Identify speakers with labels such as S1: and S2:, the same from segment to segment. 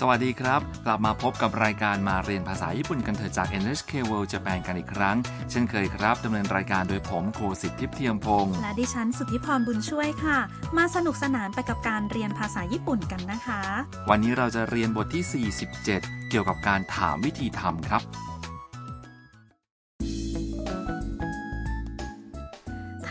S1: สวัสดีครับ กลับมาพบกับรายการมาเรียนภาษาญี่ปุ่นกันเถอะจาก NHK World Japan กันอีกครั้ง เช่นเคยครับดำเนินรายการโดยผมโคสิทธิ์ทิพย์เทียมพงศ์
S2: และดิฉันสุทธิพรบุญช่วยค่ะ มาสนุกสนานไปกับการเรียนภาษาญี่ปุ่นกันนะคะ
S1: วันนี้เราจะเรียนบทที่ 47 เกี่ยวกับการถามวิธีทำครับ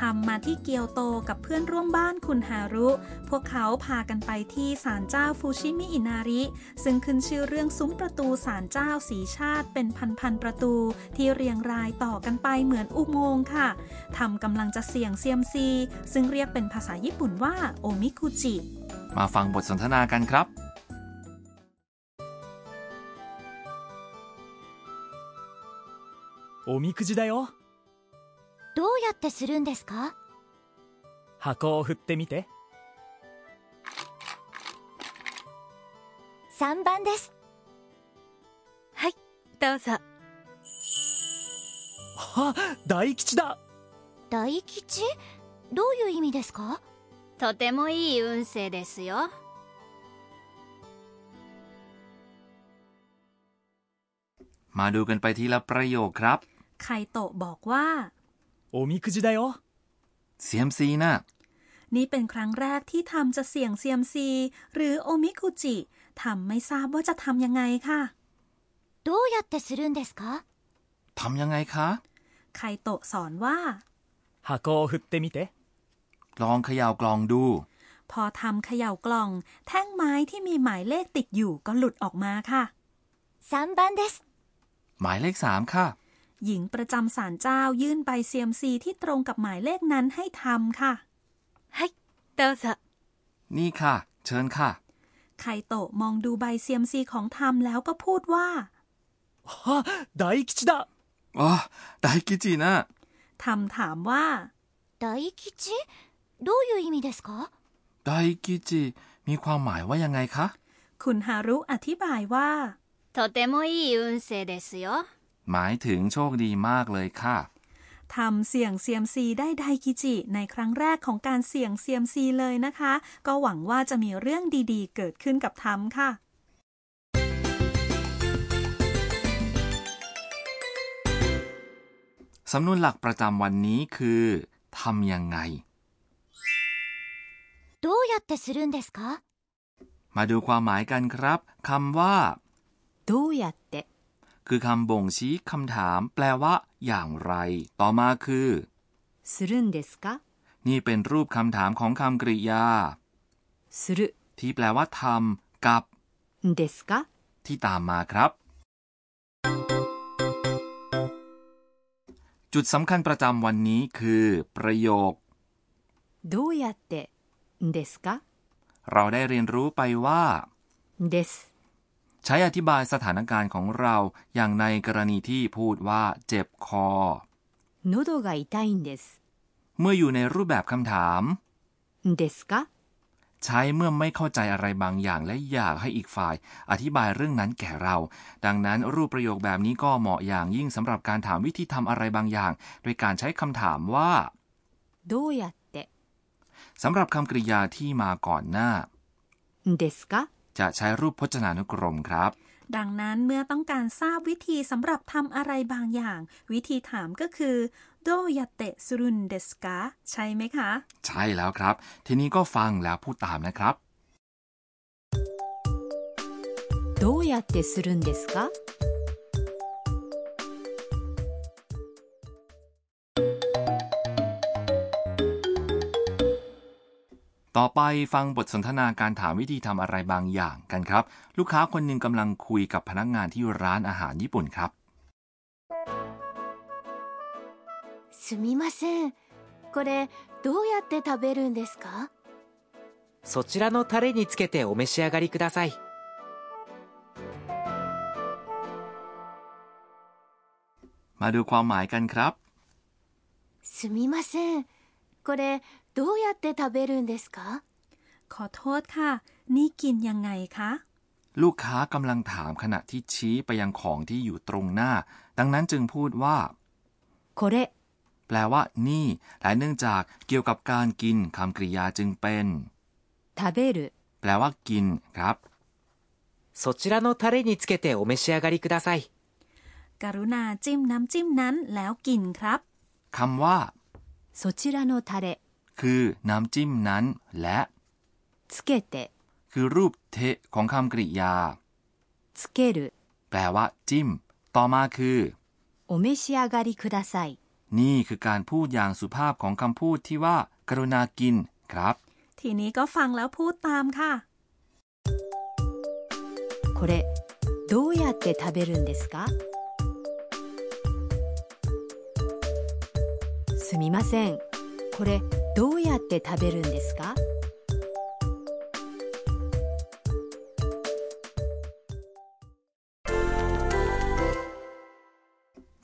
S2: ทำมาที่เกียวโตกับเพื่อนร่วมบ้านคุณฮารุ พวกเขาพากันไปที่ศาลเจ้าฟูชิมิอินาริ ซึ่งขึ้นชื่อเรื่องซุ้มประตูศาลเจ้าสีชาติเป็นพันๆประตู ที่เรียงรายต่อกันไปเหมือนอุโมงค์ค่ะ ทำกำลังจะเสี่ยงเซียมซี ซึ่งเรียกเป็นภาษาญี่ปุ่นว่าโอมิคุจิ
S1: มาฟังบทสนทนากันครับ
S3: おみくじだよ
S4: どうやってするんですか
S3: 箱を振ってみて
S4: 3番ですはいどうぞ
S3: あ大吉だ
S4: 大吉どういう意味ですかとてもいい運勢ですよ
S1: มาดูกันไปทีละประโยคครับ
S2: ไคโตะบอกว่า
S3: おみくじだよ
S1: CMC นะ่ะ
S2: นี่เป็นครั้งแรกที่ทำจะเสี่ยงเซียมซี หรือโอมิคุจิทำไม่ทราบว่าจะทำยังไงค่ะ
S4: どうやってするんですか
S1: ทำยังไงคะ
S2: ไคโตะสอนว่า
S3: 箱を振ってみて
S1: ลองเขย่ากลองดู
S2: พอทำเขย่ากล่อง แท่งไม้ที่มีหมายเลขติดอยู่ก็หลุดออกมาค่ะ
S4: 3番です
S1: หมายเลข 3 ค่ะ
S2: หญิงประจำศาลเจ้ายื่นใบเซียมซีที่ตรงกับหมายเลขนั้นให้ทำค่ะ
S4: はいどうぞ
S1: นี่ค่ะ เชิญค่ะ
S2: ไคโตะมองดูใบเซียมซีของทำแล้วก็พูดว่า
S3: あ大吉だ
S1: อ๋อไดกิจินะ
S2: ทำถามว่า
S4: 大吉どういう意味ですか
S1: ไดกิจิ มีความหมายว่ายังไงคะ
S2: คุณฮารุอธิบายว่า
S4: とてもいい運勢ですよ
S1: หมายถึงโชคดีมากเลยค่ะ
S2: ทำเสี่ยงเซียมซีได้ไดกิจิ ในครั้งแรกของการเสี่ยงเซียมซีเลยนะคะ ก็หวังว่าจะมีเรื่องดีๆ เกิดขึ้นกับทำค่ะ
S1: สำนวนหลักประจำวันนี้คือทำยังไง
S4: どうやってするんですか
S1: มาดูความหมายกันครับคำว่า
S4: どうやって
S1: คือคำบ่งชี้คำถาม แปลว่า อย่างไร ต่อมาคือ
S4: するんですか
S1: นี่เป็นรูปคำถามของคำกริยา
S4: する
S1: ที่แปลว่าทำกับ
S4: んですか
S1: ที่ตามมาครับ จุดสำคัญประจำวันนี้คือ ประโยค
S4: どうやってんですか
S1: เราได้เรียนรู้ไปว่า
S4: です
S1: ใช้อธิบายสถานการณ์ของเราอย่างในกรณีที่พูดว่า เจ็บคอ
S4: 喉が痛いんです
S1: เมื่ออยู่ในรูปแบบคำถาม
S4: ですか
S1: ใช้เมื่อไม่เข้าใจอะไรบางอย่างและอยากให้อีกฝ่าย อธิบายเรื่องนั้นแก่เรา ดังนั้นรูปประโยคแบบนี้ก็เหมาะอย่างยิ่งสำหรับการถามวิธีทำอะไรบางอย่าง โดยการใช้คำถามว่า
S4: どうやって
S1: สำหรับคำกริยาที่มาก่อนหน้า
S4: ですか
S1: จะใช้รูปพจนานุกรมครับ
S2: ดังนั้นเมื่อต้องการทราบวิธีสำหรับทำอะไรบางอย่าง วิธีถามก็คือโดยาเตะสุรุนเดสกาใช่ไหมคะ
S1: ใช่แล้วครับ ทีนี้ก็ฟังแล้วพูดตามนะครับ
S4: どうやってするんですか
S1: ต่อไปฟังบทสนทนาการถามวิธีทำอะไรบางอย่างกันครับ ลูกค้าคนหนึ่งกำลังคุยกับพนักงานที่ร้านอาหารญี่ปุ่นครับ
S4: すみませんこれどうやって食べるんですか
S5: そちらのタレにつけてお召し上がりください。
S1: มาดูความหมายกันครับ
S4: すみませんこれどうやって食べるんですか
S2: ขอโทษค่ะ นี่กินยังไงคะ
S1: ลูกค้ากำลังถามขณะที่ชี้ไปยังของที่อยู่ตรงหน้า ดังนั้นจึงพูดว่า
S4: これ
S1: แปลว่า นี่และเนื่องจากเกี่ยวกับการกินคำกริยาจึงเป็น
S4: 食べる
S1: แปลว่า กินครับ
S5: そちらのタレにつけてお召し上がりください。
S2: กรุณาจิ้มน้ำจิ้มนั้นแล้วกินครับ
S1: คำว่า
S6: そちらのタレ
S1: คือน้ำจิ้มนั้นและ
S6: つけて
S1: คือรูปเทของคำกริยา
S6: つける
S1: แปลว่า จิ้ม ต่อมาคือ
S6: お召し上がりください
S1: นี่คือการพูดอย่างสุภาพของคำพูดที่ว่า กรุณากินครับ
S2: ทีนี้ก็ฟังแล้วพูดตามค่ะ
S6: これどうやって食べるんですかすみませんこれどうやって食べるんですか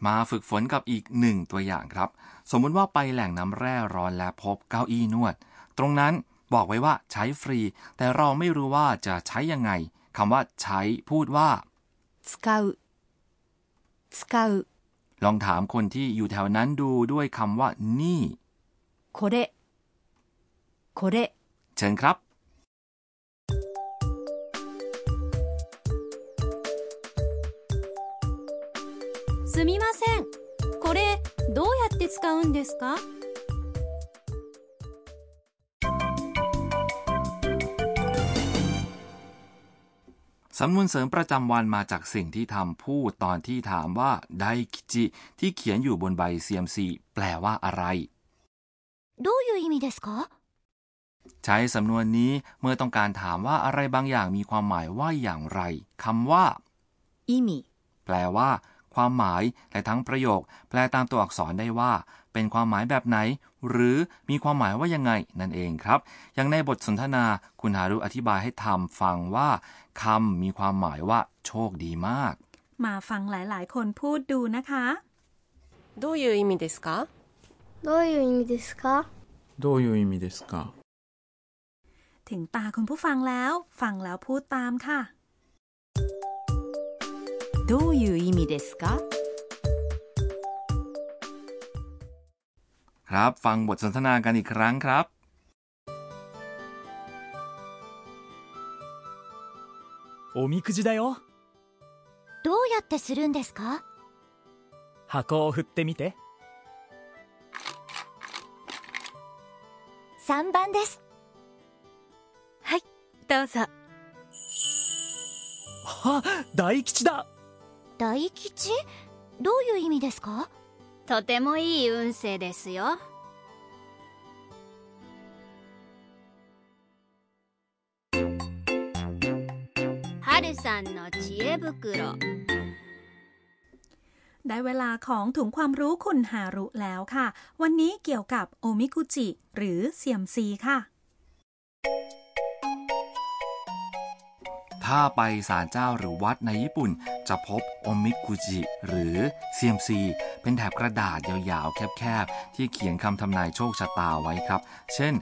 S1: มาฝึกฝนกับอีกหนึ่งตัวอย่างครับ สมมุติว่าไปแหล่งน้ำแร่ร้อนและพบเก้าอี้นวด ตรงนั้นบอกไว้ว่าใช้ฟรี แต่เราไม่รู้ว่าจะใช้ยังไงคำว่า ใช้พูดว่า
S6: 使う使う
S1: ลองถามคนที่อยู่แถวนั้นดูด้วยคำว่า นี่
S6: これこれ
S1: เชิญครับ
S4: すみませんこれどうやって使うんですか
S1: สำนวนเสริมประจำวันมาจากสิ่งที่ทำพูดตอนที่ถามว่าไดคิจิ ที่เขียนอยู่บนใบ CMC แปลว่าอะไร
S4: どういう意味ですか
S1: ใช้สำนวนนี้เมื่อต้องการถามว่าอะไรบางอย่างมีความหมายว่าอย่างไรคำว่า
S6: 意味
S1: แปลว่า ความหมายและทั้งประโยค แปลตามตัวอักษรได้ว่า เป็นความหมายแบบไหน หรือมีความหมายว่ายังไงนั่นเองครับ อย่างในบทสนทนาคุณฮารุอธิบายให้ทำฟังว่าคำมีความหมายว่า โชคดีมาก
S2: มาฟังหลายๆ คนพูดดูนะคะ
S7: どういう意味ですか
S8: どういう意味ですか
S9: どういう意味ですか
S2: ถึงตาคุณผู้ฟังแล้ว ฟังแล้วพูดตามค่ะ
S6: どういう意味ですか
S1: ครับ ฟังบทสนทนากันอีกครั้งครับ
S3: おみくじだよ
S4: どうやってするんですか
S3: 箱を振ってみて
S4: 3番ですはいどうぞ
S3: あ大吉だ
S4: 大吉どういう意味ですかとてもいい運勢ですよはるさんの知恵袋
S2: ได้เวลาของถุงความรู้คุณฮารุแล้วค่ะ วันนี้เกี่ยวกับโอมิกุจิ หรือเซียมซีค่ะ
S1: ถ้าไปศาลเจ้าหรือวัดในญี่ปุ่น จะพบโอมิกุจิ หรือ CMC เป็นแถบกระดาษยาวๆ แคบๆ ที่เขียนคำทำนายโชคชะตาไว้ครับ เช่น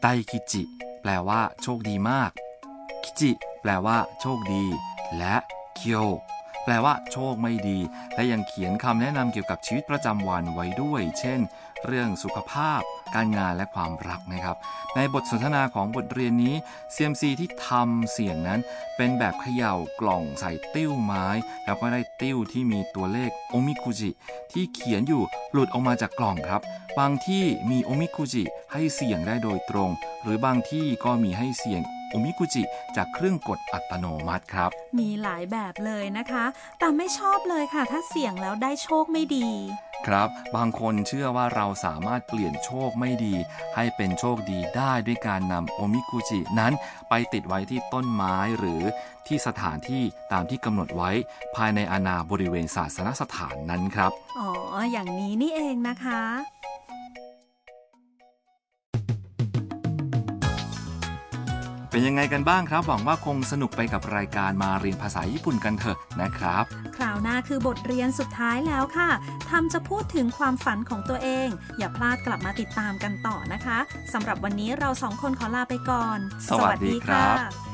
S1: ไตคิจิ แปลว่า โชคดีมาก คิจิ แปลว่า โชคดี และเคียว แปลว่า โชคไม่ดี และยังเขียนคำแนะนำเกี่ยวกับชีวิตประจำวันไว้ด้วย เช่น เรื่องสุขภาพ การงานและความรักนะครับ ในบทสนทนาของบทเรียนนี้ CMC ที่ทำเสียงนั้นเป็นแบบเขย่ากล่องใส่ติ้วไม้ แล้วก็ได้ติ้วที่มีตัวเลขโอมิคุจิที่เขียนอยู่หลุดออกมาจากกล่องครับ บางที่มีโอมิคุจิให้เสียงได้โดยตรง หรือบางที่ก็มีให้เสียงโอมิคุจิจากเครื่องกดอัตโนมัติครับ
S2: มีหลายแบบเลยนะคะ แต่ไม่ชอบเลยค่ะ ถ้าเสี่ยงแล้วได้โชคไม่ดี
S1: ครับ บางคนเชื่อว่าเราสามารถเปลี่ยนโชคไม่ดี ให้เป็นโชคดีได้ด้วยการนำโอมิกุจินั้นไปติดไว้ที่ต้นไม้หรือที่สถานที่ตามที่กำหนดไว้ภายในอาณาบริเวณศาสนสถานนั้นครับ
S2: อ๋อ อย่างนี้นี่เองนะคะ
S1: เป็นยังไงกันบ้างครับ หวังว่าคงสนุกไปกับรายการมาเรียนภาษาญี่ปุ่นกันเถอะนะครับ
S2: คราวหน้าคือบทเรียนสุดท้ายแล้วค่ะทำจะพูดถึงความฝันของตัวเอง อย่าพลาดกลับมาติดตามกันต่อนะคะสำหรับวันนี้เราสองคนขอลาไปก่อน
S1: สวัสดีครับ
S2: ะ